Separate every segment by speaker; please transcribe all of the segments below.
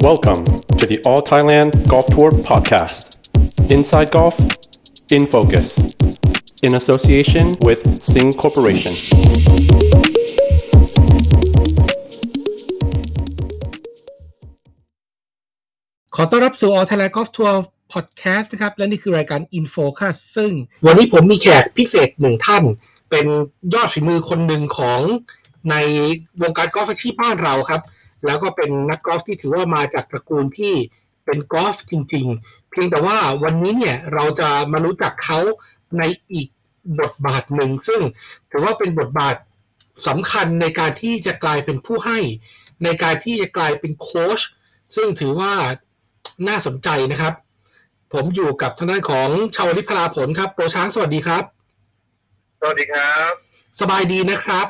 Speaker 1: Welcome to the All Thailand Golf Tour Podcast. Inside Golf, in focus, in association with Sing Corporation.
Speaker 2: ขอต้อนรับสู่ All Thailand Golf Tour Podcast นะครับ และนี่คือรายการ InfoCast ซึ่งวันนี้ผมมีแขกพิเศษหนึ่งท่าน เป็นยอดฝีมือคนหนึ่งของในวงการกอล์ฟอาชีพบ้านเราครับ แล้วก็เป็นนักกอล์ฟที่ถือว่ามาจากตระกูลที่เป็นกอล์ฟจริง ๆ เพียงแต่ว่าวันนี้เนี่ยเราจะมารู้จักเขาในอีกบทบาทหนึ่ง ซึ่งถือว่าเป็นบทบาทสำคัญในการที่จะกลายเป็นผู้ให้ ในการที่จะกลายเป็นโค้ชซึ่งถือว่า น่าสนใจนะครับ ผมอยู่กับทางด้านของชาวลิพลาผลครับ โปรช้างสวัสดีครับ
Speaker 3: สวัสดีครับ
Speaker 2: สบายดีนะครับ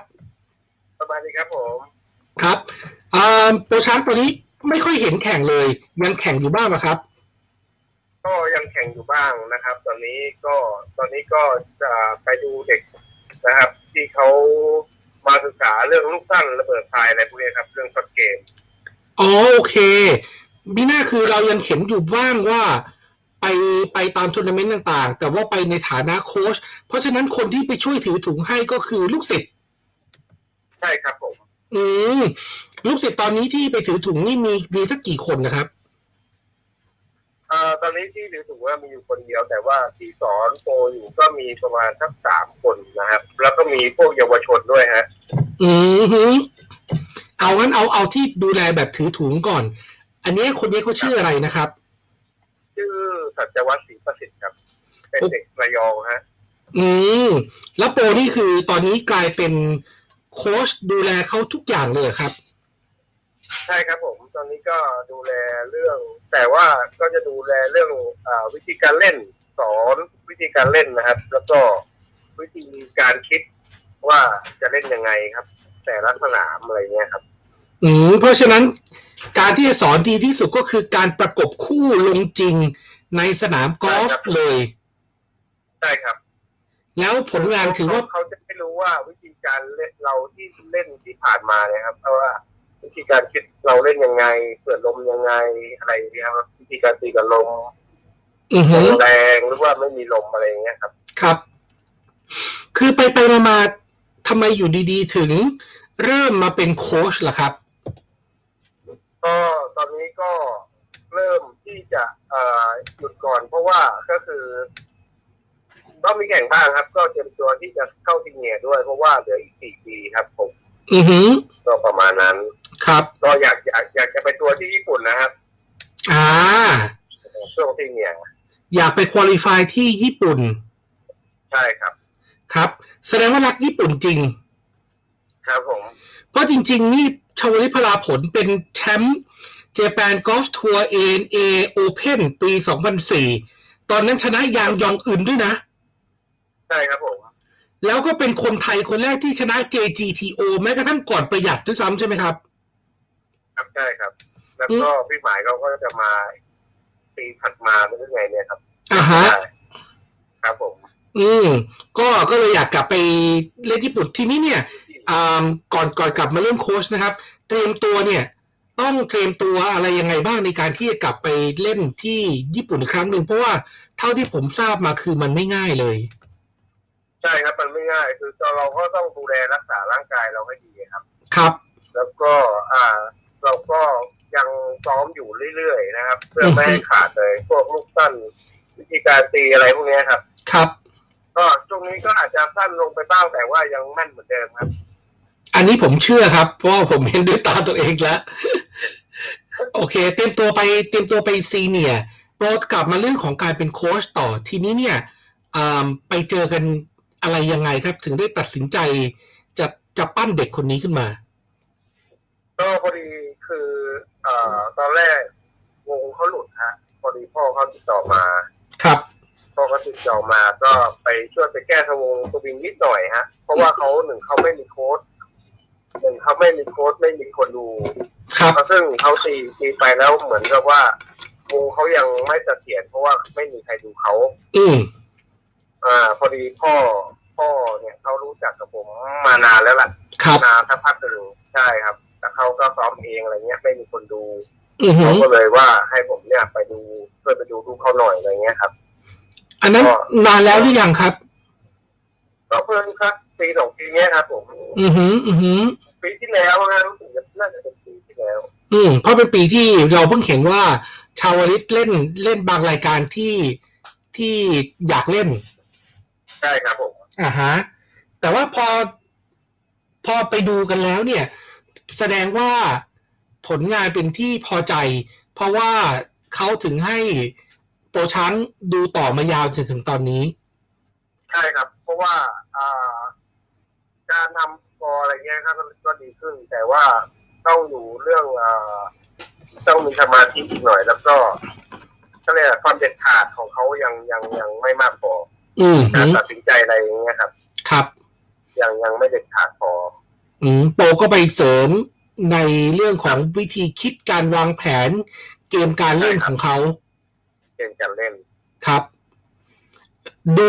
Speaker 3: สบายดีครับผม
Speaker 2: ครับอ่าโปรช้างตอนนี้ไม่ค่อยเห็นแข่งเลย ยังแข่งอยู่บ้างไหมครับ
Speaker 3: ก็ยังแข่งอยู่บ้างนะครับ ตอนนี้ก็ตอนนี้ก็จะไปดูเด็กนะครับ ที่เขามาศึกษาเรื่องลูกสั้นระเบิดพายอะไรพวกนี้ครับ เรื่องช็อตเกม
Speaker 2: อ๋อโอเคมีหน้าคือเรายังเห็นอยู่บ้างว่า ไปไปตามทัวร์นาเมนต์ต่างๆ แต่ว่าไปในฐานะโค้ชเพราะฉะนั้นคนที่ไปช่วยถือถุงให้ก็คือลูกศิษย์
Speaker 3: ใช่ครับผม
Speaker 2: อืมลูกศิษย์ตอนนี้ที่ไปถือถุงนี่มีมีสักกี่คนนะครับ
Speaker 3: เอ่อตอนนี้ที่ถือว่ามีอยู่คนเดียว แต่ว่าที่สอนโตอยู่ก็มีประมาณสักสามคนนะครับ แล้วก็มีพวกเยาวชนด้วยฮะ
Speaker 2: อืมฮึเอางั้นเอาเอาที่ดูแลแบบถือถุงก่อน อันนี้คนนี้เขาชื่ออะไรนะครับ
Speaker 3: ชื่อสัจวัฒน์ศรีประสิทธิ์ครับ เป็นเด็กระยองฮะ
Speaker 2: อืม แล้วโปรนี่คือตอนนี้กลายเป็นโค้ชดูแลเขาทุกอย่างเลยเหรอครับ
Speaker 3: ใช่ครับผมตอนนี้ก็ดูแลเรื่อง แต่ว่าก็จะดูแลเรื่องอาวิธีการเล่นสอนวิธีการเล่นนะครับ แล้วก็วิธีการคิดว่าจะเล่นยังไงครับ แต่ละสนามอะไรเงี้ยครับ
Speaker 2: อืม เพราะฉะนั้นการที่จะสอนดีที่สุดก็คือการประกบคู่ลงจริงในสนามกอล์ฟเลย
Speaker 3: ใช่ครับ
Speaker 2: แล้วผลงานถือว่า
Speaker 3: เขาจะไม่รู้ว่าวิธีการเล่นเราที่เล่นที่ผ่านมาเนี่ยครับเพราะว่าวิธีการคิดเราเล่นยังไงเปิดลมยังไงอะไรเงี้ยครับวิธีการตีกับลม
Speaker 2: อือ
Speaker 3: ล
Speaker 2: ฮึ
Speaker 3: มแรงหรือว่าไม่มีลมอะไรเงี้ยครับ
Speaker 2: ครับ คือไปไปมามาทำไมอยู่ดีๆ ถึงเริ่มมาเป็นโค้ชล่ะครับ
Speaker 3: ก็ตอนนี้ก็เริ่มที่จะเอ่อหยุดก่อน เพราะว่าก็คือต้องมีแข่งบ้างครับ ก็เตรียมตัวที่จะเข้าทีเนียร์ด้วย เพราะว่าเหลืออีกสี่ปีครับผม
Speaker 2: อือฮึ
Speaker 3: ก็ประมาณนั้น
Speaker 2: ครับ
Speaker 3: ก็อยากอยากอยากจะไปตัวที่ญี่ปุ่นนะครับ
Speaker 2: อ่า
Speaker 3: ช่วงทีเนียร์
Speaker 2: อยากไปควอลิฟายที่ญี่ปุ่น
Speaker 3: ใช่ครับ
Speaker 2: ครับ แสดงว่ารักญี่ปุ่นจริง
Speaker 3: ครับผม
Speaker 2: เพราะจริง ๆ นี่ชาวลิพลาผลเป็นแชมป์เจแปนกอล์ฟทัวร์ ANA Open ปี 2004 ตอนนั้นชนะยางยองอึนด้วยนะ
Speaker 3: ใช่ครับผม
Speaker 2: แล้วก็เป็นคนไทยคนแรกที่ชนะ JGTO แม้กระทั่งก่อนประหยัดด้วยซ้ำใช่ไหมครับ
Speaker 3: ครับใช่ครับ แล้วก็พี่หมายเขาก็จะมาปีถัดมาเป็นยังไงเนี่ยครับ
Speaker 2: อ่าฮะ
Speaker 3: ใช่ครับผม
Speaker 2: อืม ก็ก็เลยอยากกลับไปเล่นญี่ปุ่นทีนี้เนี่ยอ่าก่อนก่อนกลับมาเล่นโค้ชนะครับ เตรียมตัวเนี่ย ต้องเตรียมตัวอะไรยังไงบ้างในการที่จะกลับไปเล่นที่ญี่ปุ่นอีกครั้งหนึ่งเพราะว่าเท่าที่ผมทราบมาคือมันไม่ง่ายเลย
Speaker 3: ใช่ครับมันไม่ง่ายคือเราก็ต้องดูแลรักษาร่างกายเราให้ดีครับ
Speaker 2: ครับ
Speaker 3: แล้วก็อ่าเราก็ยังซ้อมอยู่เรื่อยๆนะครับ เพื่อไม่ให้ขาดเลยพวกลูกสั้นวิธีการตีอะไรพวกเนี้ยครับ
Speaker 2: ครับ
Speaker 3: ก็ช่วงนี้ก็อาจจะสั้นลงไปบ้างแต่ว่ายังแม่นเหมือนเดิมครับ
Speaker 2: อันนี้ผมเชื่อครับ เพราะว่าผมเห็นด้วยตาตัวเองแล้ว โอเค เตรียมตัวไปเตรียมตัวไปซีเนียร์โปรดกลับมาเรื่องของการเป็นโค้ชต่อทีนี้เนี่ยอ่าไปเจอกันอะไรยังไงครับ ถึงได้ตัดสินใจจะจะปั้นเด็กคนนี้ขึ้นมา
Speaker 3: ก็พอดีคืออ่าตอนแรกวงเขาหลุดฮะพอดีพ่อเขาติดต่อมา
Speaker 2: ครับ
Speaker 3: พ่อเขาติดต่อมาก็ไปช่วยไปแก้ทวงสวิงนิดหน่อยฮะเพราะว่าเขาหนึ่งเขาไม่มีโค้ดหนึ่งเขาไม่มีโค้ดไม่มีคนดู
Speaker 2: ครับ
Speaker 3: ซึ่งเขาตีตีไปแล้วเหมือนกับว่าวงเขายังไม่เสถียรเพราะว่าไม่มีใครดูเขา
Speaker 2: อืม
Speaker 3: อ่า พอดีพ่อพ่อเนี่ยเขารู้จักกับผมมานานแล้วล่ะ
Speaker 2: ครับ
Speaker 3: นานสักพักหนึ่งใช่ครับแต่เขาก็ซ้อมเองอะไรเงี้ยไม่มีคนดู
Speaker 2: อือหื
Speaker 3: เขา
Speaker 2: อ
Speaker 3: ก็เลยว่าให้ผมเนี่ยไปดูช่วยไปดูลูกเขาหน่อยอะไรเงี้ยครับ
Speaker 2: อันนั้นนานแล้วหรือยังครับ
Speaker 3: ก็เพิ่งครับปีสองปีเนี้ยครับผม
Speaker 2: อือหือ อือหือ
Speaker 3: ปีที่แล้วนะรู้สึกจะน่าจะเป็นปีที่แล้ว
Speaker 2: อืมเพราะเป็นปีที่เราเพิ่งเห็นว่าชาวลิตเล่นเล่นบางรายการที่ที่อยากเล่น
Speaker 3: ใช่ครับผม
Speaker 2: อ่าฮะแต่ว่าพอพอไปดูกันแล้วเนี่ย แสดงว่าผลงานเป็นที่พอใจ เพราะว่าเขาถึงให้โปรชั้นดูต่อมายาวจนถึงตอนนี้
Speaker 3: ใช่ครับ เพราะว่าอ่าการทำกออะไรเงี้ยครับมันก็ดีขึ้น แต่ว่าต้องอยู่เรื่องอ่าต้องมีสมาธิอีกหน่อย แล้วก็ก็เลยกว่าความเด็ดขาดของเขายังยังยังไม่มากพอ
Speaker 2: อืม
Speaker 3: การตัดสินใจอะไรอย่างเงี้ยครับ
Speaker 2: ครับ
Speaker 3: ยังยังไม่เด็ดขาดพอ
Speaker 2: อืมโปรก็ไปเสริมในเรื่องของวิธีคิดการวางแผนเกมการเล่นของเขา
Speaker 3: เกมการเล่น
Speaker 2: ครับ ดู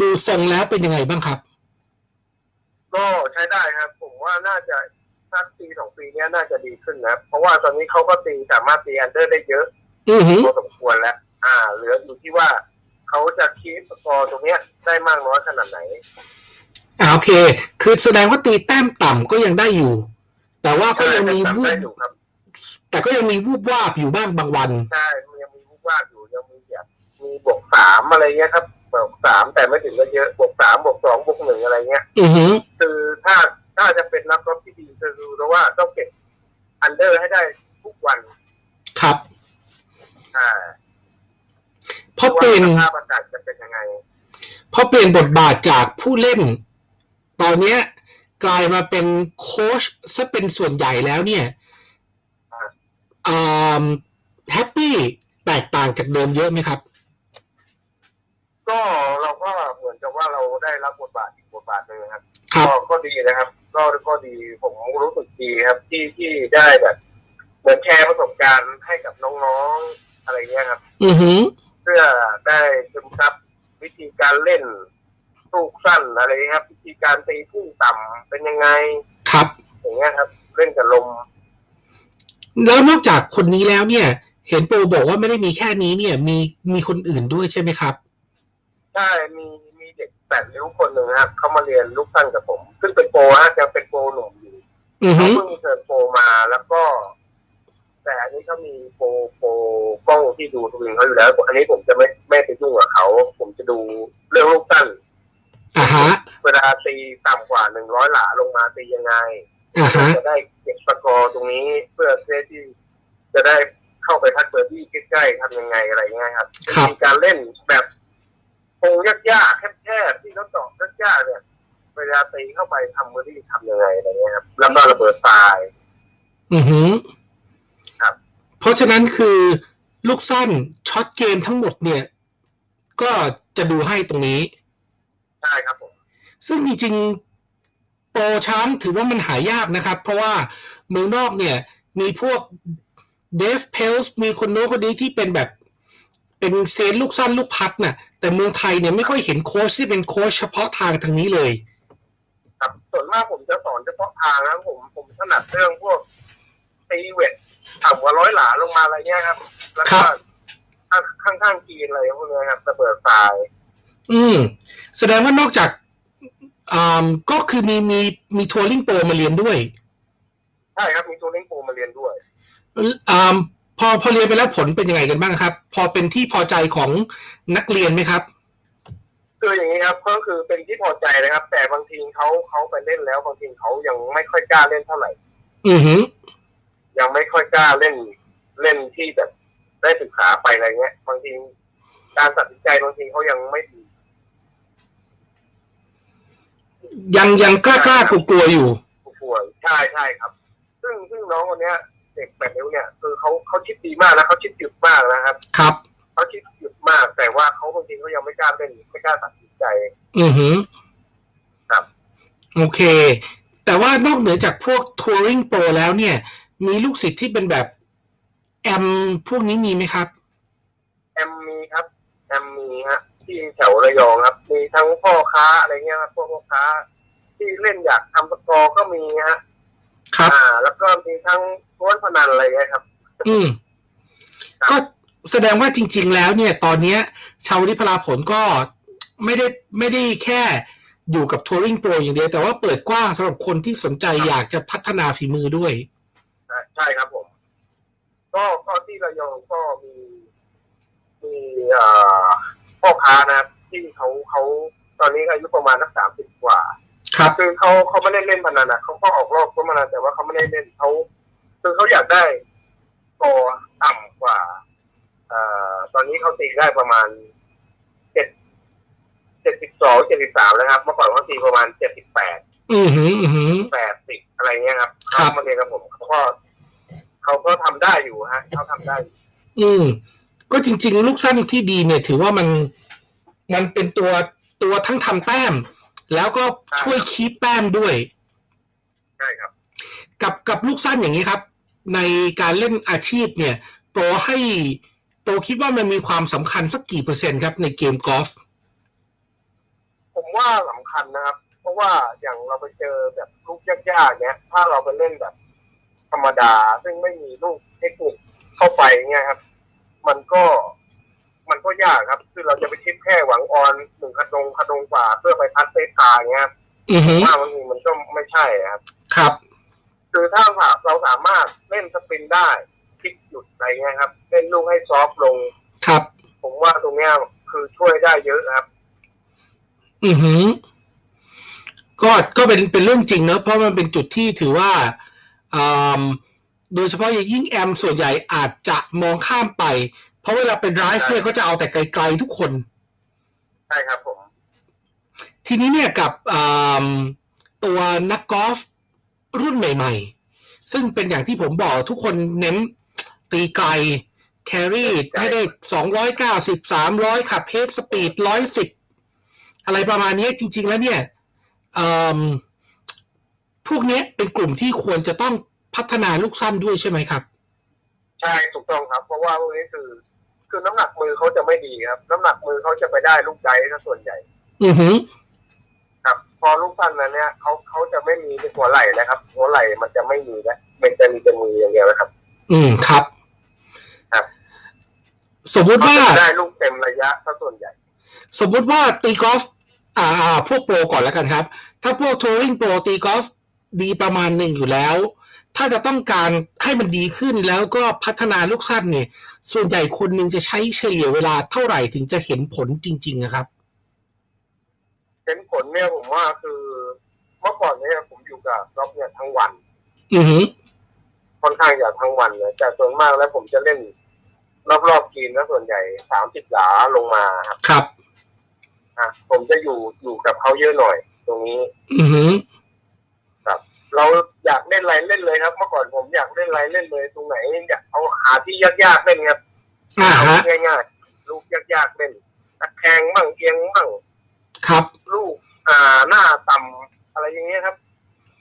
Speaker 2: ดูทรงแล้วเป็นยังไงบ้างครับ
Speaker 3: ก็ใช้ได้ครับ ผมว่าน่าจะสักปีสองปีเนี้ยน่าจะดีขึ้นนะครับเพราะว่าตอนนี้เขาก็ตีสามารถตีอันเดอร์ได้เยอะ
Speaker 2: อือหือ
Speaker 3: พอสมควรแล้ว อ่า เหลืออยู่ที่ว่าเขาจะคีปสกอร์ตรงเนี้ยได้มากน้อยขนาดไหน
Speaker 2: อ่าโอเค คือแสดงว่าตีแต้มต่ำก็ยังได้อยู่ แต่ว่าก็
Speaker 3: ก็
Speaker 2: ยังมี
Speaker 3: จับ
Speaker 2: วู
Speaker 3: ได้
Speaker 2: บ
Speaker 3: อยู่ครับ
Speaker 2: แต่ก็ยังมีวูบวาบอยู่บ้างบางวัน
Speaker 3: ใช่มันยังมีลูกว่างอยู่ยังมีแบบมีบวกสามอะไรเงี้ยครับบวกสามแต่ไม่ถึงก็เยอะบวกสามบวกสองบวกหนึ่งอะไรเงี้ย
Speaker 2: อือหือ
Speaker 3: คือถ้าถ้าจะเป็นนักกอล์ฟที่ดีคือรู้แล้วว่าต้องเก็บอันเดอร์ให้ได้ทุกวัน
Speaker 2: ครับ
Speaker 3: อ่า
Speaker 2: เพราะเปลี่ยน
Speaker 3: ว่าสภาพอากาศจะเป็นยังไง
Speaker 2: เพราะเปลี่ยนบทบาทจากผู้เล่น ตอนเนี้ย กลายมาเป็นโค้ชซะเป็นส่วนใหญ่แล้วเนี่ยอ่าแฮปปี้แตกต่างจากเดิมเยอะไหมครับ
Speaker 3: ก็เราก็เหมือนกับว่าเราได้รับบทบาทอีกบทบาทหนึ่งนะครับ
Speaker 2: ครับ
Speaker 3: ก็ก็ดีนะครับ ก็ก็ดีผมรู้สึกดีครับที่ที่ได้แบบเหมือนแชร์ประสบการณ์ให้กับน้องๆอะไรเงี้ยครับ
Speaker 2: อือหือ
Speaker 3: เพื่อได้ซึมซับวิธีการเล่นลูกสั้นอะไรครับ วิธีการตีพุ่งต่ำเป็นยังไง
Speaker 2: ครับ
Speaker 3: อย่างเงี้ยครับ เล่นกับลม
Speaker 2: แล้วนอกจากคนนี้แล้วเนี่ย เห็นโปรบอกว่าไม่ได้มีแค่นี้เนี่ย มีมีคนอื่นด้วยใช่ไหมครับ
Speaker 3: ใช่มีมีเด็กแปดริ้วคนหนึ่งนะครับเขามาเรียนลูกสั้นกับผมซึ่งเป็นโปรฮะจะเป็นโปรหนุ่มอยู่
Speaker 2: อือ
Speaker 3: เขา
Speaker 2: ฮึ
Speaker 3: เพิ่งเทิร์นโปรมาแล้วก็ แต่อันนี้เขามีโปรโปรกล้องที่ดูทวิงเขาอยู่แล้ว อันนี้ผมจะไม่ไม่ไปยุ่งกับเขา ผมจะดูเรื่องลูกตั้น
Speaker 2: อ่าฮะ
Speaker 3: เวลาตีต่ำกว่าหนึ่งร้อยหลาลงมาตียังไง
Speaker 2: อ่าฮะ
Speaker 3: จะได้เก็บสกอร์ตรงนี้เพื่อเพื่อที่ จะได้เข้าไปทัดเบอร์ดี้ใกล้ๆทำยังไงอะไรเงี้ยครับ
Speaker 2: ครับ
Speaker 3: มีการเล่นแบบโปงยากๆแคบๆที่เขาตอกยากๆเนี่ย เวลาตีเข้าไปทำเบอร์ดี้ทำยังไงอะไรเงี้ยครับแล้วก็ระเบิดตาย
Speaker 2: อือฮึ
Speaker 3: ครับ
Speaker 2: เพราะฉะนั้นคือลูกสั้นช็อตเกมทั้งหมดเนี่ย ก็จะดูให้ตรงนี้
Speaker 3: ใช่ครับผม
Speaker 2: ซึ่งจริงๆโปรช้างถือว่ามันหายากนะครับ เพราะว่าเมืองนอกเนี่ย มีพวกเดฟเพลส์มีคนโน้นคนนี้ที่เป็นแบบ เป็นเซยนลูกสั้นลูกพัดน่ะ แต่เมืองไทยเนี่ยไม่ค่อยเห็นโค้ชที่เป็นโค้ชเฉพาะทางทางนี้เลย
Speaker 3: ครับส่วนมากผมจะสอนเฉพาะทางนะครับผมผมถนัดเรื่องพวกตีเวทต่ำกว่าร้อยหลาลงมาอะไรเงี้ยครับ แล้วก็
Speaker 2: ครับ
Speaker 3: ข้างข้างๆจีนอะไรพวกเนี้ยครับระเบิดทราย
Speaker 2: อืม แสดงว่านอกจากอ่าก็คือมีมีมีทัวริงโปรมาเรียนด้วย
Speaker 3: ใช่ครับมีตัวเล่นโปมาเรียนด้วย
Speaker 2: อ่าพอพอเรียนไปแล้วผลเป็นยังไงกันบ้างครับ พอเป็นที่พอใจของนักเรียนไหมครับ
Speaker 3: คืออย่างนี้ครับก็คือเป็นที่พอใจนะครับ แต่บางทีเขาเขาไปเล่นแล้วบางทีเขายังไม่ค่อยกล้าเล่นเท่าไหร่
Speaker 2: อือหือ
Speaker 3: ยังไม่ค่อยกล้าเล่นเล่นที่แบบได้ศึกษาไปอะไรเงี้ย บางทีการตัดสินใจบางทีเขายังไม่ดี
Speaker 2: ยังยังกล้ากล้ากลัวกลัวๆอยู่
Speaker 3: ป่วยใช่ใช่ครับ ซึ่งซึ่งน้องคนเนี้ย เด็กแปดนิ้วเนี่ยคือเขาเขาคิดดีมากนะเขาคิดหยุดมากนะครับ
Speaker 2: ครับ
Speaker 3: เขาคิดหยุดมาก แต่ว่าเขาบางทีเขายังไม่กล้าเล่นไม่กล้าตัดสินใจ
Speaker 2: อือหือ
Speaker 3: ครับ
Speaker 2: โอเค แต่ว่านอกเหนือจากพวกทัวริงโปรแล้วเนี่ย มีลูกศิษย์ที่เป็นแบบแอมพวกนี้มีไหมครับ
Speaker 3: แอมมีครับแอมมีฮะที่แถวระยองครับ มีทั้งพ่อค้าอะไรเงี้ยครับพวกพ่อค้า ที่เล่นอยากทำสกอร์ก็มีฮะ
Speaker 2: ครับ
Speaker 3: อ่า แล้วก็มีทั้งล้วนพนันอะไรเงี้ยครับ
Speaker 2: อืม ก็แสดงว่าจริง ๆ แล้วเนี่ย ตอนเนี้ย ชาวลิพลาผลก็ไม่ได้ไม่ได้แค่อยู่กับทัวริงโปรอย่างเดียว แต่ว่าเปิดกว้างสำหรับคนที่สนใจอยากจะพัฒนาฝีมือด้วย
Speaker 3: อ่ะใช่ครับผม ก็ก็ที่ระยองก็มีมีอ่าพ่อค้านะครับที่เขาเขาตอนนี้อายุประมาณนักสามสิบกว่า
Speaker 2: ครับ
Speaker 3: คือเขาเขาไม่ได้เล่นพนันนะเขาก็ออกรอบก็มานานแต่ว่าเขาไม่ได้เล่นเขาคือเขาอยากได้ตัวต่ำกว่าเอ่อตอนนี้เขาตีได้ประมาณเจ็ดเจ็ดสิบสองเจ็ดสิบสามแล้วครับ เมื่อก่อนเขาตีประมาณเจ็ดสิบแปด
Speaker 2: อือหือ อือหือ
Speaker 3: แปดสิบอะไรเงี้ยครับ
Speaker 2: ครับ
Speaker 3: เขามาเรียนกับผมเขาก็เขาก็ทำได้อยู่ฮะเขาทำได้อยู่
Speaker 2: อืม ก็จริง ๆ ลูกสั้นที่ดีเนี่ย ถือว่ามันมันเป็นตัวตัวทั้งทำแต้ม แล้วก็ช่วยคีปแต้มด้วย
Speaker 3: ใช่ครับ
Speaker 2: กับกับลูกสั้นอย่างนี้ครับ ในการเล่นอาชีพเนี่ย โปรให้โปรคิดว่ามันมีความสำคัญสักกี่เปอร์เซ็นต์ครับในเกมกอล์ฟ
Speaker 3: ผมว่าสำคัญนะครับ เพราะว่าอย่างเราไปเจอแบบลูกยากๆเนี้ย ถ้าเราไปเล่นแบบ ธรรมดา ซึ่งไม่มีลูกเทคนิคเข้าไปเงี้ยครับ มันก็มันก็ยากครับ คือเราจะไปคิดแค่หวังออนหนึ่งคะดงคะดงกว่าเพื่อไปพัดเซตาเงี้ยครับ
Speaker 2: อือฮึ
Speaker 3: ว่าบางทีมันก็ไม่ใช่ครับ
Speaker 2: ครับ
Speaker 3: คือถ้าเราสามารถเล่นสปินได้พลิกหยุดอะไรเงี้ยครับ เล่นลูกให้ซอฟต์ลง
Speaker 2: ครับ
Speaker 3: ผมว่าตรงเนี้ยคือช่วยได้เยอะครับ
Speaker 2: อือฮึก็ก็เป็นเป็นเรื่องจริงเนอะเพราะมันเป็นจุดที่ถือว่าอ่าโดยเฉพาะอย่างยิ่งแอมส่วนใหญ่อาจจะมองข้ามไป เพราะเวลาเป็นไดรฟ์เนี่ยก็จะเอาแต่ไกลๆทุกคน
Speaker 3: ใช่ครับผม
Speaker 2: ทีนี้เนี่ยกับอ่าตัวนักกอล์ฟรุ่นใหม่ๆ ซึ่งเป็นอย่างที่ผมบอกทุกคนเน้นตีไกล แครี่ให้ได้สองร้อยเก้าสิบสามร้อยขับเฮดสปีดร้อยสิบอะไรประมาณนี้จริง ๆ แล้วเนี่ยอืมพวกเนี้ยเป็นกลุ่มที่ควรจะต้องพัฒนาลูกสั้นด้วยใช่ไหมครับ
Speaker 3: ใช่ถูกต้องครับ เพราะว่าพวกนี้คือ คือน้ำหนักมือเขาจะไม่ดีครับ น้ำหนักมือเขาจะไปได้ลูกไดซะส่วนใหญ่
Speaker 2: อือหือ
Speaker 3: ครับ พอลูกสั้นนั้นเนี่ยเขาเขาจะไม่มีหัวไหล่นะครับ หัวไหล่มันจะไม่มีนะมันจะมีแต่มืออย่างเดียวนะครับ
Speaker 2: อืมครับ
Speaker 3: ครับ
Speaker 2: สมมติ
Speaker 3: เขา
Speaker 2: ว่า
Speaker 3: จะได้ลูกเต็มระยะซะส่วนใหญ่
Speaker 2: สมมุติว่าตีกอล์ฟอ่าอ่าพวกโปรก่อนแล้วกันครับ ถ้าพวกทัวริงโปรตีกอล์ฟดีประมาณหนึ่งอยู่แล้ว ถ้าจะต้องการให้มันดีขึ้นแล้วก็พัฒนาลูกสั้นเนี่ย ส่วนใหญ่คนหนึ่งจะใช้เฉลี่ยเวลาเท่าไหร่ถึงจะเห็นผลจริงๆนะครับ
Speaker 3: เห็นผลเนี่ยผมว่าคือเมื่อก่อนเนี่ยผมอยู่กับล็อกเนี่ยทั้งวัน
Speaker 2: อือหือ
Speaker 3: ค่อนข้างอยากทั้งวันเลยแต่ส่วนมากแล้วผมจะเล่น รอบๆกินแล้วส่วนใหญ่สามสิบหลาลงมาครับ
Speaker 2: ครับ
Speaker 3: อ่ะผมจะอยู่อยู่กับเขาเยอะหน่อย ตรงนี้
Speaker 2: อือหือ
Speaker 3: เราอยากเล่นอะไรเล่นเลยครับ เมื่อก่อนผมอยากเล่นอะไรเล่นเลยตรงไหนอยากเอาหาที่ยากๆเล่นครับ
Speaker 2: อ่าฮะ
Speaker 3: เอง่ายๆลูกยากๆเล่นตะแคงบ้างเอียงบ้าง
Speaker 2: ครับ
Speaker 3: ลูกอ่าหน้าต่ำอะไรอย่างเงี้ยครับ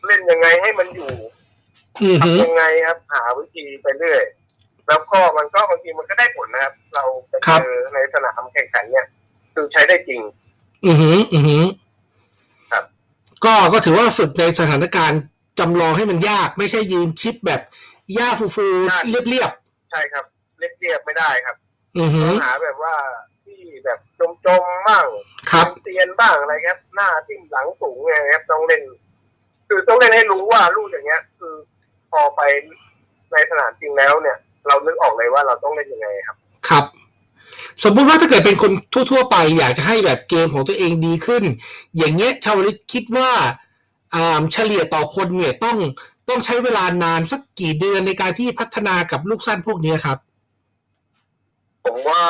Speaker 3: เล่นยังไงให้มันอยู่
Speaker 2: อือหือ
Speaker 3: ทำยังไงครับหาวิธีไปเรื่อย แล้วก็มันก็บางทีมันก็ได้ผลนะครับ เราไป
Speaker 2: ครับ
Speaker 3: เจอในสนามแข่งขันเนี่ย คือใช้ได้จริง
Speaker 2: อือหือ อือหือ
Speaker 3: ครับ
Speaker 2: ก็ก็ถือว่าฝึกในสถานการณ์จำลองให้มันยาก ไม่ใช่ยืนชิปแบบหญ้าฟูๆเรียบ
Speaker 3: ใช่ครับเรียบๆไม่ได้ครับ
Speaker 2: ๆอือหื
Speaker 3: ต้
Speaker 2: อ
Speaker 3: องหาแบบว่าที่แบบจมๆบ้าง
Speaker 2: ครับ
Speaker 3: เตียนบ้างอะไรครับ หน้าทิ่มหลังสูงไงครับต้องเล่น คือต้องเล่นให้รู้ว่าลูกอย่างเงี้ย คือพอไปในสนามจริงแล้วเนี่ย เรานึกออกเลยว่าเราต้องเล่นยังไงครับ
Speaker 2: ครับ สมมุติว่าถ้าเกิดเป็นคนทั่ว ๆ ไป อยากจะให้แบบเกมของตัวเองดีขึ้น อย่างเงี้ยชาวลิตคิดว่าอ่าเฉลี่ยต่อคนเนี่ยต้องต้องใช้เวลานานสักกี่เดือนในการที่พัฒนากับลูกสั้นพวกเนี้ยครับ
Speaker 3: ผมว่า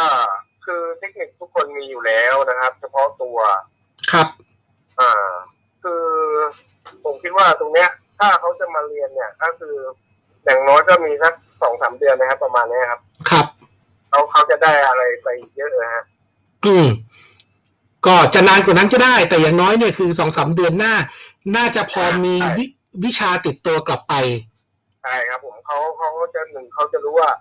Speaker 3: คือเทคนิคทุกคนมีอยู่แล้วนะครับ เฉพาะตัว
Speaker 2: ครับ
Speaker 3: อ่า คือผมคิดว่าตรงเนี้ย ถ้าเขาจะมาเรียนเนี่ย ก็คืออย่างน้อยก็มีสักสองสามเดือนนะครับ ประมาณเนี้ยครับ
Speaker 2: ครับ
Speaker 3: เขาเขาจะได้อะไรไปเยอะนะฮะ
Speaker 2: อืม ก็จะนานกว่านั้นก็ได้ แต่อย่างน้อยเนี่ยคือสองสามเดือนหน้า น่าจะพอมีวิวิชาติดตัวกลับไป
Speaker 3: ใช่ครับ ผมเขาเขาก็จะหนึ่งเขาจะรู้ว่า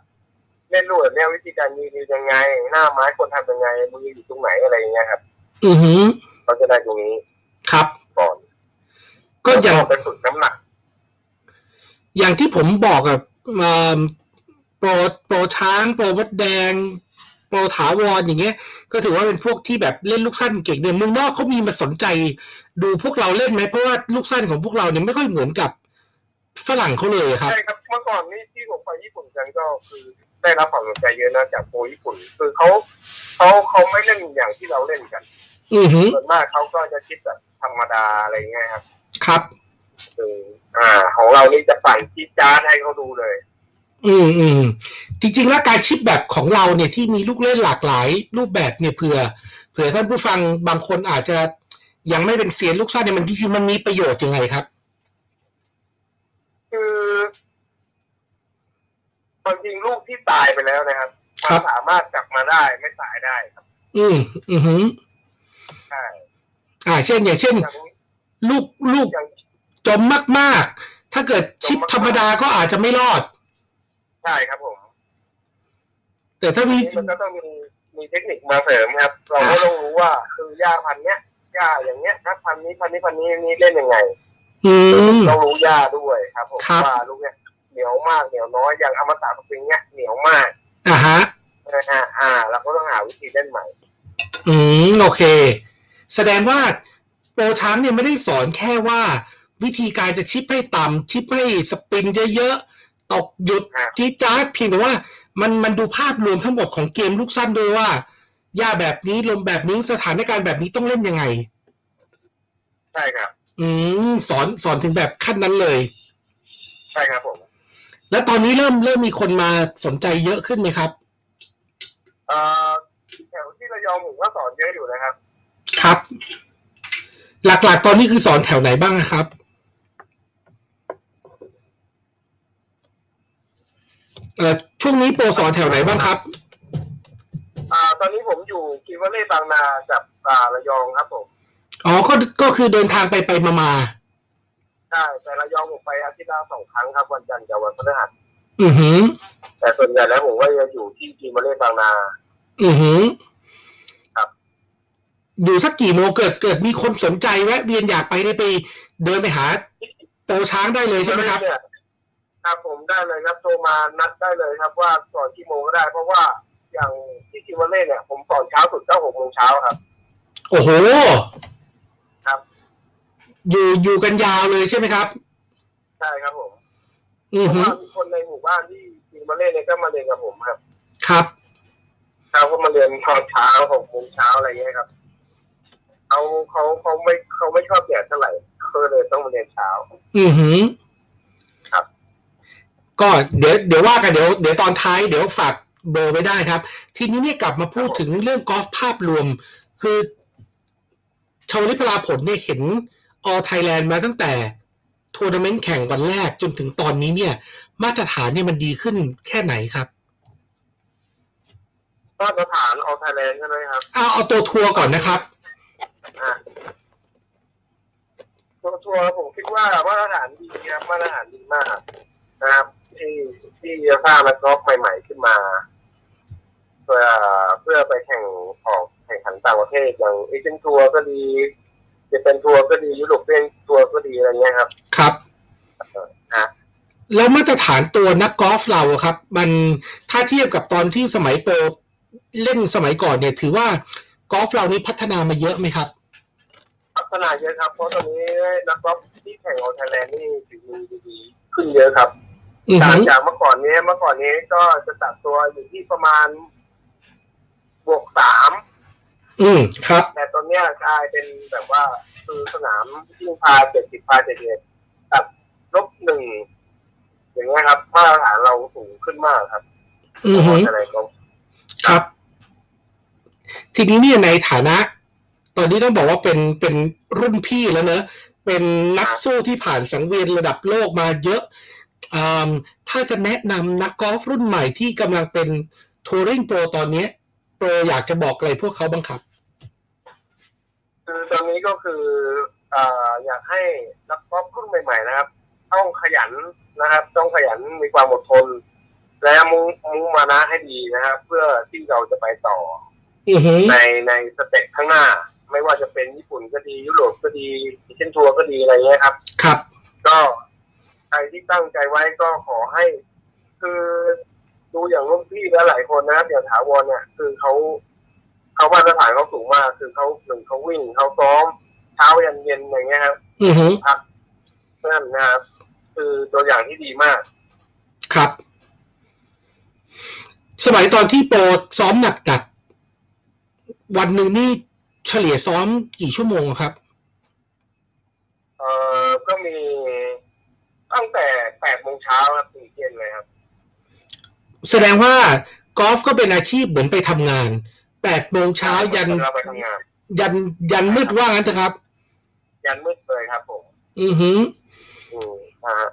Speaker 3: เล่นรูดเนี่ยวิธีการยืนยังไง หน้าไม้คนทำยังไงมืออยู่ตรงไหนอะไรอย่างเงี้ยครับ
Speaker 2: อือหือ
Speaker 3: เขาจะได้ตรงนี้
Speaker 2: ครับ
Speaker 3: ก่อน
Speaker 2: ก็อย่าง
Speaker 3: แล้วไปฝึกน้ำหนัก
Speaker 2: อย่างที่ผมบอกกับเอิ่มโปร รโปรช้าง โปรวัดแดง โปรถาวรอย่างเงี้ย ก็ถือว่าเป็นพวกที่แบบเล่นลูกสั้นเก่งเนี่ยเมืองนอกเขามีมาสนใจ ดูพวกเราเล่นไหมเพราะว่าลูกสั้นของพวกเราเนี่ยไม่ค่อยเหมือนกับฝรั่งเขาเลยครับ
Speaker 3: ใช่ครับเมื่อก่อนนี่ที่ผมไปญี่ปุ่นกันก็คือได้รับความสนใจเยอะนะจากโปรญี่ปุ่น คือเขาเขาเขาไม่เล่นอย่างที่เราเล่นกัน
Speaker 2: อือหือ
Speaker 3: ส่วนมากเขาก็จะคิดแบบธรรมดาอะไรเงี้ยครับ
Speaker 2: ครับ
Speaker 3: คืออ่า ของเรานี่จะใส่ที่ดจ้าดให้เขาดูเลย
Speaker 2: อืมอืมจริงๆแล้วการชิปแบบของเราเนี่ยที่มีลูกเล่นหลากหลายรูปแบบเนี่ยเผื่อเผื่อท่านผู้ฟังบางคนอาจจะยังไม่เป็นเซียนลูกสั้นเนี่ยมันจริงๆมันมีประโยชน์ยังไงครับ
Speaker 3: คือบางทีลูกที่ตายไปแล้วนะครับ
Speaker 2: ครับ
Speaker 3: มันสามารถกลับมาได้ไม่ตายได้ครับ
Speaker 2: อืมอือหือ
Speaker 3: ใช่
Speaker 2: อ่า เช่นอย่างเช่น
Speaker 3: อย่าง
Speaker 2: ลูกลูก
Speaker 3: อย่าง
Speaker 2: จมมากๆ ถ้าเกิดชิปธรรมดาก็อาจจะไม่รอด
Speaker 3: ใช่ครับผม
Speaker 2: แต่ถ้ามี
Speaker 3: มันก็ต้องมีมีเทคนิคมาเสริมครับ เราก็ต้องรู้ว่าคือย่าพันธุ์เนี้ยย่าอย่างเนี้ยนะพันธุ์นี้พันธุ์นี้พันธุ์นี้นี่เล่นยังไง
Speaker 2: อืม
Speaker 3: ต้องรู้ย่าด้วยครับผม
Speaker 2: ครับ
Speaker 3: ว่าลูกเนี้ยเหนียวมากเหนียวน้อยอย่างอมตะสปริงเนี้ยเหนียวมาก
Speaker 2: อ่าฮะ
Speaker 3: นะฮะอ่าเราก็ต้องหาวิธีเล่นใหม่
Speaker 2: อืมโอเค แสดงว่าโปรช้างเนี่ยไม่ได้สอนแค่ว่า วิธีการจะชิปให้ต่ำชิปให้สปินเยอะๆตกหยุด
Speaker 3: ครับ
Speaker 2: จี๊ดจ๊าดเพียงแต่ว่ามันมันดูภาพรวมทั้งหมดของเกมลูกสั้นด้วยว่าหญ้าแบบนี้ลมแบบนี้สถานการณ์แบบนี้ต้องเล่นยังไง
Speaker 3: ใช่ครับ
Speaker 2: อืมสอนสอนถึงแบบขั้นนั้นเลย
Speaker 3: ใช่ครับผม
Speaker 2: แล้วตอนนี้เริ่มเริ่มมีคนมาสนใจเยอะขึ้นไหมครับ
Speaker 3: เอ่อแถวที่ระยองผมก็สอนเยอะอยู่นะครับ
Speaker 2: ครับ หลักๆ ตอนนี้คือสอนแถวไหนบ้างอะครับ เอ่อช่วงนี้โปรสอนแถวไหนบ้างครับ
Speaker 3: อ่า ตอนนี้ผมอยู่กีวาเล่บางนากับอ่าระยองครับผม
Speaker 2: อ๋อ ก็ก็คือเดินทางไปไปมามา
Speaker 3: ใช่แต่ระยองผมไปอาทิตย์ละสองครั้งครับวันจันทร์กับวันพฤหัส
Speaker 2: ๆอือหือ
Speaker 3: แต่ส่วนใหญ่แล้วผมก็จะอยู่ที่กีมาเล่บางนา
Speaker 2: อือหือ
Speaker 3: ครับ
Speaker 2: อยู่สักกี่โมงเกิดเกิดมีคนสนใจแวะเวียนอยากไปได้ไป เดินไปหาโปรช้างได้เลยใช่ไหมครับ
Speaker 3: เนี่ยครับผมได้เลยครับโทรมานัดได้เลยครับว่าสอนกี่โมงก็ได้ เพราะว่าอย่างที่กีมาเล่เนี่ยผมสอนเช้าสุดก็หกโมงเช้าครับ
Speaker 2: โอ้โห
Speaker 3: ครับ
Speaker 2: อยู่อยู่กันยาวเลยใช่ไหมครับ
Speaker 3: ใช่ครับผม
Speaker 2: อื
Speaker 3: เพ
Speaker 2: อ
Speaker 3: ราะ
Speaker 2: หือ
Speaker 3: ว่ามีคนในหมู่บ้านที่กีมาเล่เนี่ยก็มาเรียนกับผมครับ
Speaker 2: ครับ
Speaker 3: เขาก็มาเรียนตอนเช้าหกโมงเช้าอะไรเงี้ยครับเขาเขาเขาไม่เขาไม่ชอบแดดเท่าไหร่เขาเลยต้องมาเรียนเช้า
Speaker 2: อือหือ
Speaker 3: ครับ
Speaker 2: ก็เดี๋ยวเดี๋ยวว่ากันเดี๋ยวเดี๋ยวตอนท้ายเดี๋ยวฝากเบอร์ไว้ได้ครับ ทีนี้เนี่ยกลับมาพูดถึงเรื่องกอล์ฟภาพรวม คือชาวลิพลาผลเนี่ยเห็นออไทยแลนด์มาตั้งแต่ทัวร์นาเมนต์แข่งวันแรกจนถึงตอนนี้เนี่ย มาตรฐานเนี่ยมันดีขึ้นแค่ไหนครับ
Speaker 3: มาตรฐานออสเตรเลียใช่ไหมครับ
Speaker 2: เอาเอาตัวทัวร์ก่อนนะครับ
Speaker 3: อ่ะตัวทัวร์ผมคิดว่ามาตรฐานดีครับมาตรฐานดีมากนะครับ ที่ที่จะสร้างนักกอล์ฟใหม่ ๆ ขึ้นมา เพื่อเพื่อไปแข่งออกแข่งขันต่างประเทศอย่างเอเจนทัวร์ก็ดีจะเป็นทัวร์ก็ดียุโรปเป็นทัวร์ก็ดีอะไรเงี้ยครับ
Speaker 2: ครับ
Speaker 3: ฮะ
Speaker 2: แล้วมาตรฐานตัวนักกอล์ฟเราอะครับ มันถ้าเทียบกับตอนที่สมัยโปรเล่นสมัยก่อนเนี่ย ถือว่ากอล์ฟเรานี่พัฒนามาเยอะไหมครับ
Speaker 3: พัฒนาเยอะครับ เพราะตอนนี้นักกอล์ฟที่แข่งออสเตรเลียนี่ฝีมือดีๆขึ้นเยอะครับ
Speaker 2: อือ
Speaker 3: ต่า
Speaker 2: ฮึ
Speaker 3: งจากเมื่อก่อนนี้เมื่อก่อนนี้ก็จะตัดตัวอยู่ที่ประมาณบวกสาม
Speaker 2: อืมครับ
Speaker 3: แต่ตอนเนี้ยกลายเป็นแบบว่าคือสนามที่พาเจ็ดสิบพาเจ็ดเอ็ดตัดลบหนึ่งอย่างเงี้ยครับมาตรฐานเราสูงขึ้นมากครับ
Speaker 2: อือฮึ
Speaker 3: อะไรก็
Speaker 2: ครับ ทีนี้เนี่ยในฐานะ ตอนนี้ต้องบอกว่าเป็นเป็นรุ่นพี่แล้วเนอะเป็นนักสู้ที่ผ่านสังเวียนระดับโลกมาเยอะอืมถ้าจะแนะนำนักกอล์ฟรุ่นใหม่ที่กำลังเป็นทัวริงโปรตอนเนี้ยโปรอยากจะบอกอะไรพวกเขาบ้างครับ
Speaker 3: คือตอนนี้ก็คือเอ่ออยากให้นักกอล์ฟรุ่นใหม่ ๆ นะครับ ต้องขยันนะครับ ต้องขยันมีความอดทน และมุ่งมุ่งมานะให้ดีนะครับ เพื่อที่เราจะไปต่อ
Speaker 2: อือฮึ
Speaker 3: ในในสเต็ปข้างหน้า ไม่ว่าจะเป็นญี่ปุ่นก็ดี ยุโรปก็ดีเช่นทัวร์ก็ดีอะไรเงี้ยครับ
Speaker 2: ครับ
Speaker 3: ก็ใครที่ตั้งใจไว้ก็ขอให้ คือ ด ดูอย่างรุ่นพี่และหลายคนนะครับอย่างถาวรเนี่ย คือเขาเขามาตรฐานเขาสูงมาก คือเขาหนึ่งเขาวิ่งเขาซ้อมเช้ายันเย็นอย่างเงี้ยครับ
Speaker 2: อือฮึ
Speaker 3: ครับนั่นนะครับ คือตัวอย่างที่ดีมาก
Speaker 2: ครับ สมัยตอนที่โปรซ้อมหนักจัด วันหนึ่งนี่เฉลี่ยซ้อมกี่ชั่วโมงครับ
Speaker 3: เอ่อก็มีตั้งแต่แปดโมงเช้าครับถึงเย็นเลยครับ
Speaker 2: แสดงว่ากอล์ฟก็เป็นอาชีพเหมือนไปทำงานแปดโมงเช้ายัน
Speaker 3: เราไปทำงาน
Speaker 2: ยันยันมืดว่างั้นเถอะครับ
Speaker 3: ยันมืดเลยครับ ผม
Speaker 2: อือฮึ
Speaker 3: อืมอ่าฮะ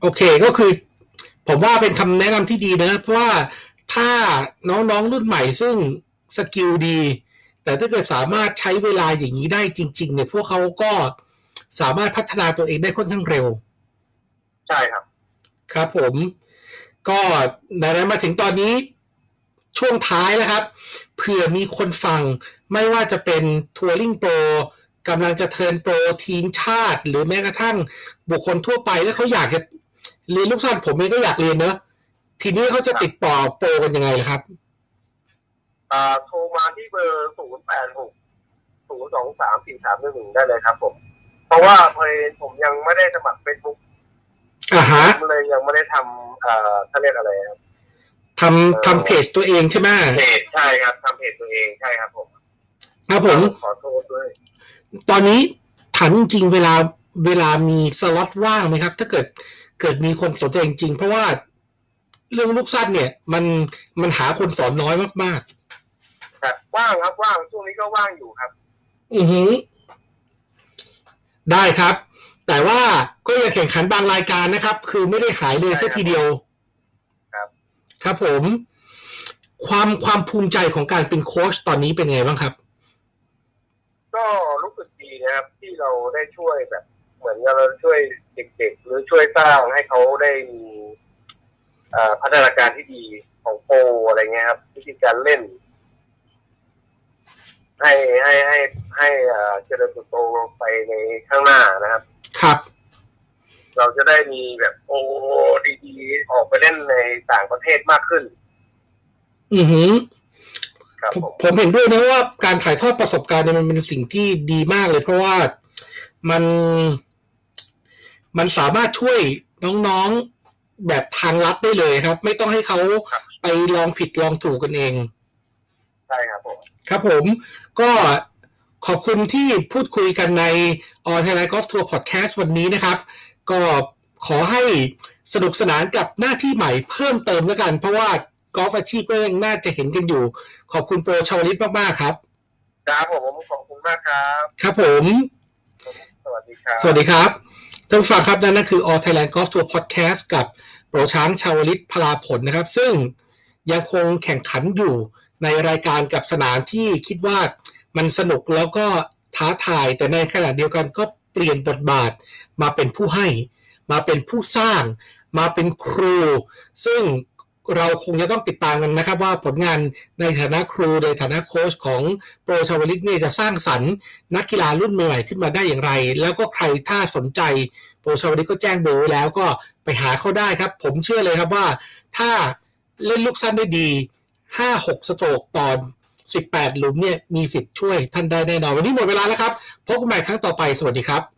Speaker 2: โอเคก็คือ ผมว่าเป็นคำแนะนำที่ดีนะเพราะว่าถ้าน้องๆรุ่นใหม่ซึ่งสกิลดี แต่ถ้าเกิดสามารถใช้เวลาอย่างนี้ได้จริง ๆ เนี่ย พวกเขาก็สามารถพัฒนาตัวเองได้ค่อนข้างเร็ว
Speaker 3: ใช่ครับ
Speaker 2: ครับผมก็ไหนๆมาถึงตอนนี้ช่วงท้ายแล้วครับเผื่อมีคนฟังไม่ว่าจะเป็นทัวริงโปรกำลังจะเทิร์นโปรทีมชาติ หรือแม้กระทั่งบุคคลทั่วไปแล้วเขาอยากจะเรียนลูกสั้นผมเองก็อยากเรียนเนอะทีนี้เขาจะติดต่อโปรกันยังไงล่ะครับ
Speaker 3: อ่าโทรมาที่เบอร์ศูนย์แปดหกศูนย์สองสามสี่สามหนึ่งได้เลยครับ ผม เพราะว่าเพลงผมยังไม่ได้สมัครเฟซบุ๊ก
Speaker 2: อ่าฮะ
Speaker 3: ผมเลยยังไม่ได้ทำเอ่อเขาเรียกอะไรครับ
Speaker 2: ทำทำเพจตัวเองใช่ไหม
Speaker 3: เพจใช่ครับทำเพจตัวเองใช่ครับ ผม
Speaker 2: ครับผม
Speaker 3: ขอโทษด้วย
Speaker 2: ตอนนี้ถามจริงๆเวลาเวลามีสล็อตว่างไหมครับ ถ้าเกิดเกิดมีคนสนใจจริงๆเพราะว่าเรื่องลูกสั้นเนี่ย มันมันหาคนสอนน้อยมาก
Speaker 3: ครับว่างครับว่างช่วงนี้ก็ว่างอยู่ครับ
Speaker 2: ๆ อือหือ ได้ครับ แต่ว่าก็ยังแข่งขันบางรายการนะครับ คือไม่ได้หายเลยสักทีเดียว
Speaker 3: ครับ
Speaker 2: ครับผม ความความภูมิใจของการเป็นโค้ชตอนนี้เป็นไงบ้างครับ
Speaker 3: ก็รู้สึกดีนะครับ ที่เราได้ช่วยแบบ เหมือนกับเราช่วยเด็ก ๆ หรือช่วยสร้างให้เขาได้มีเอ่อพัฒนาการที่ดีของโปรอะไรเงี้ยครับ วิธีการเล่น ให้ให้ให้ให้เอ่อเจริญเติบโตไปในข้างหน้านะครับ
Speaker 2: ครับ
Speaker 3: เราจะได้มีแบบโอ้ดีๆออกไปเล่นในต่างประเทศมากขึ้น
Speaker 2: อือหือ
Speaker 3: ครับ
Speaker 2: ผม
Speaker 3: ผม
Speaker 2: ผมเห็นด้วยนะว่าการถ่ายทอดประสบการณ์เนี่ยมันเป็นสิ่งที่ดีมากเลย เพราะว่ามันมันสามารถช่วยน้องๆแบบทางลัดได้เลยครับ ไม่ต้องให้เขาไปลองผิดลองถูกกันเอง
Speaker 3: ใช่ครับผม
Speaker 2: ครับผมก็ขอบคุณที่พูดคุยกันในออนไลน์กอล์ฟทัวร์พอดแคสต์วันนี้นะครับ ก็ขอให้สนุกสนานกับหน้าที่ใหม่เพิ่มเติมแล้วกัน เพราะว่ากอล์ฟอาชีพก็ยังน่าจะเห็นกันอยู่ ขอบคุณโปรชาวลิตมากๆครับ
Speaker 3: ครับผมขอบคุณมากครับ
Speaker 2: ครับผม
Speaker 3: สวัสดีครับ
Speaker 2: สวัสดีครับท่านผู้ฟังครับนั่นก็คือ All Thailand Golf Tour Podcast กับโปรช้างชาวลิตพลาผลนะครับ ซึ่งยังคงแข่งขันอยู่ในรายการกับสนามที่คิดว่ามันสนุกแล้วก็ท้าทาย แต่ในขณะเดียวกันก็เปลี่ยนบทบาทมาเป็นผู้ให้ มาเป็นผู้สร้าง มาเป็นครู ซึ่งเราคงจะต้องติดตามกันนะครับว่าผลงานในฐานะครูในฐานะโค้ชของโปรชาวลิตเนี่ยจะสร้างสรรค์ นักกีฬารุ่นใหม่ๆขึ้นมาได้อย่างไร แล้วก็ใครถ้าสนใจ โปรชาวลิตก็แจ้งเบอร์ไว้แล้วก็ไปหาเขาได้ครับ ผมเชื่อเลยครับว่า ถ้าเล่นลูกสั้นได้ดี 5-6 สโตรกตอน 18 หลุมเนี่ยมีสิทธิ์ช่วยท่านได้แน่นอน วันนี้หมดเวลาแล้วครับ พบกันใหม่ครั้งต่อไปสวัสดีครับ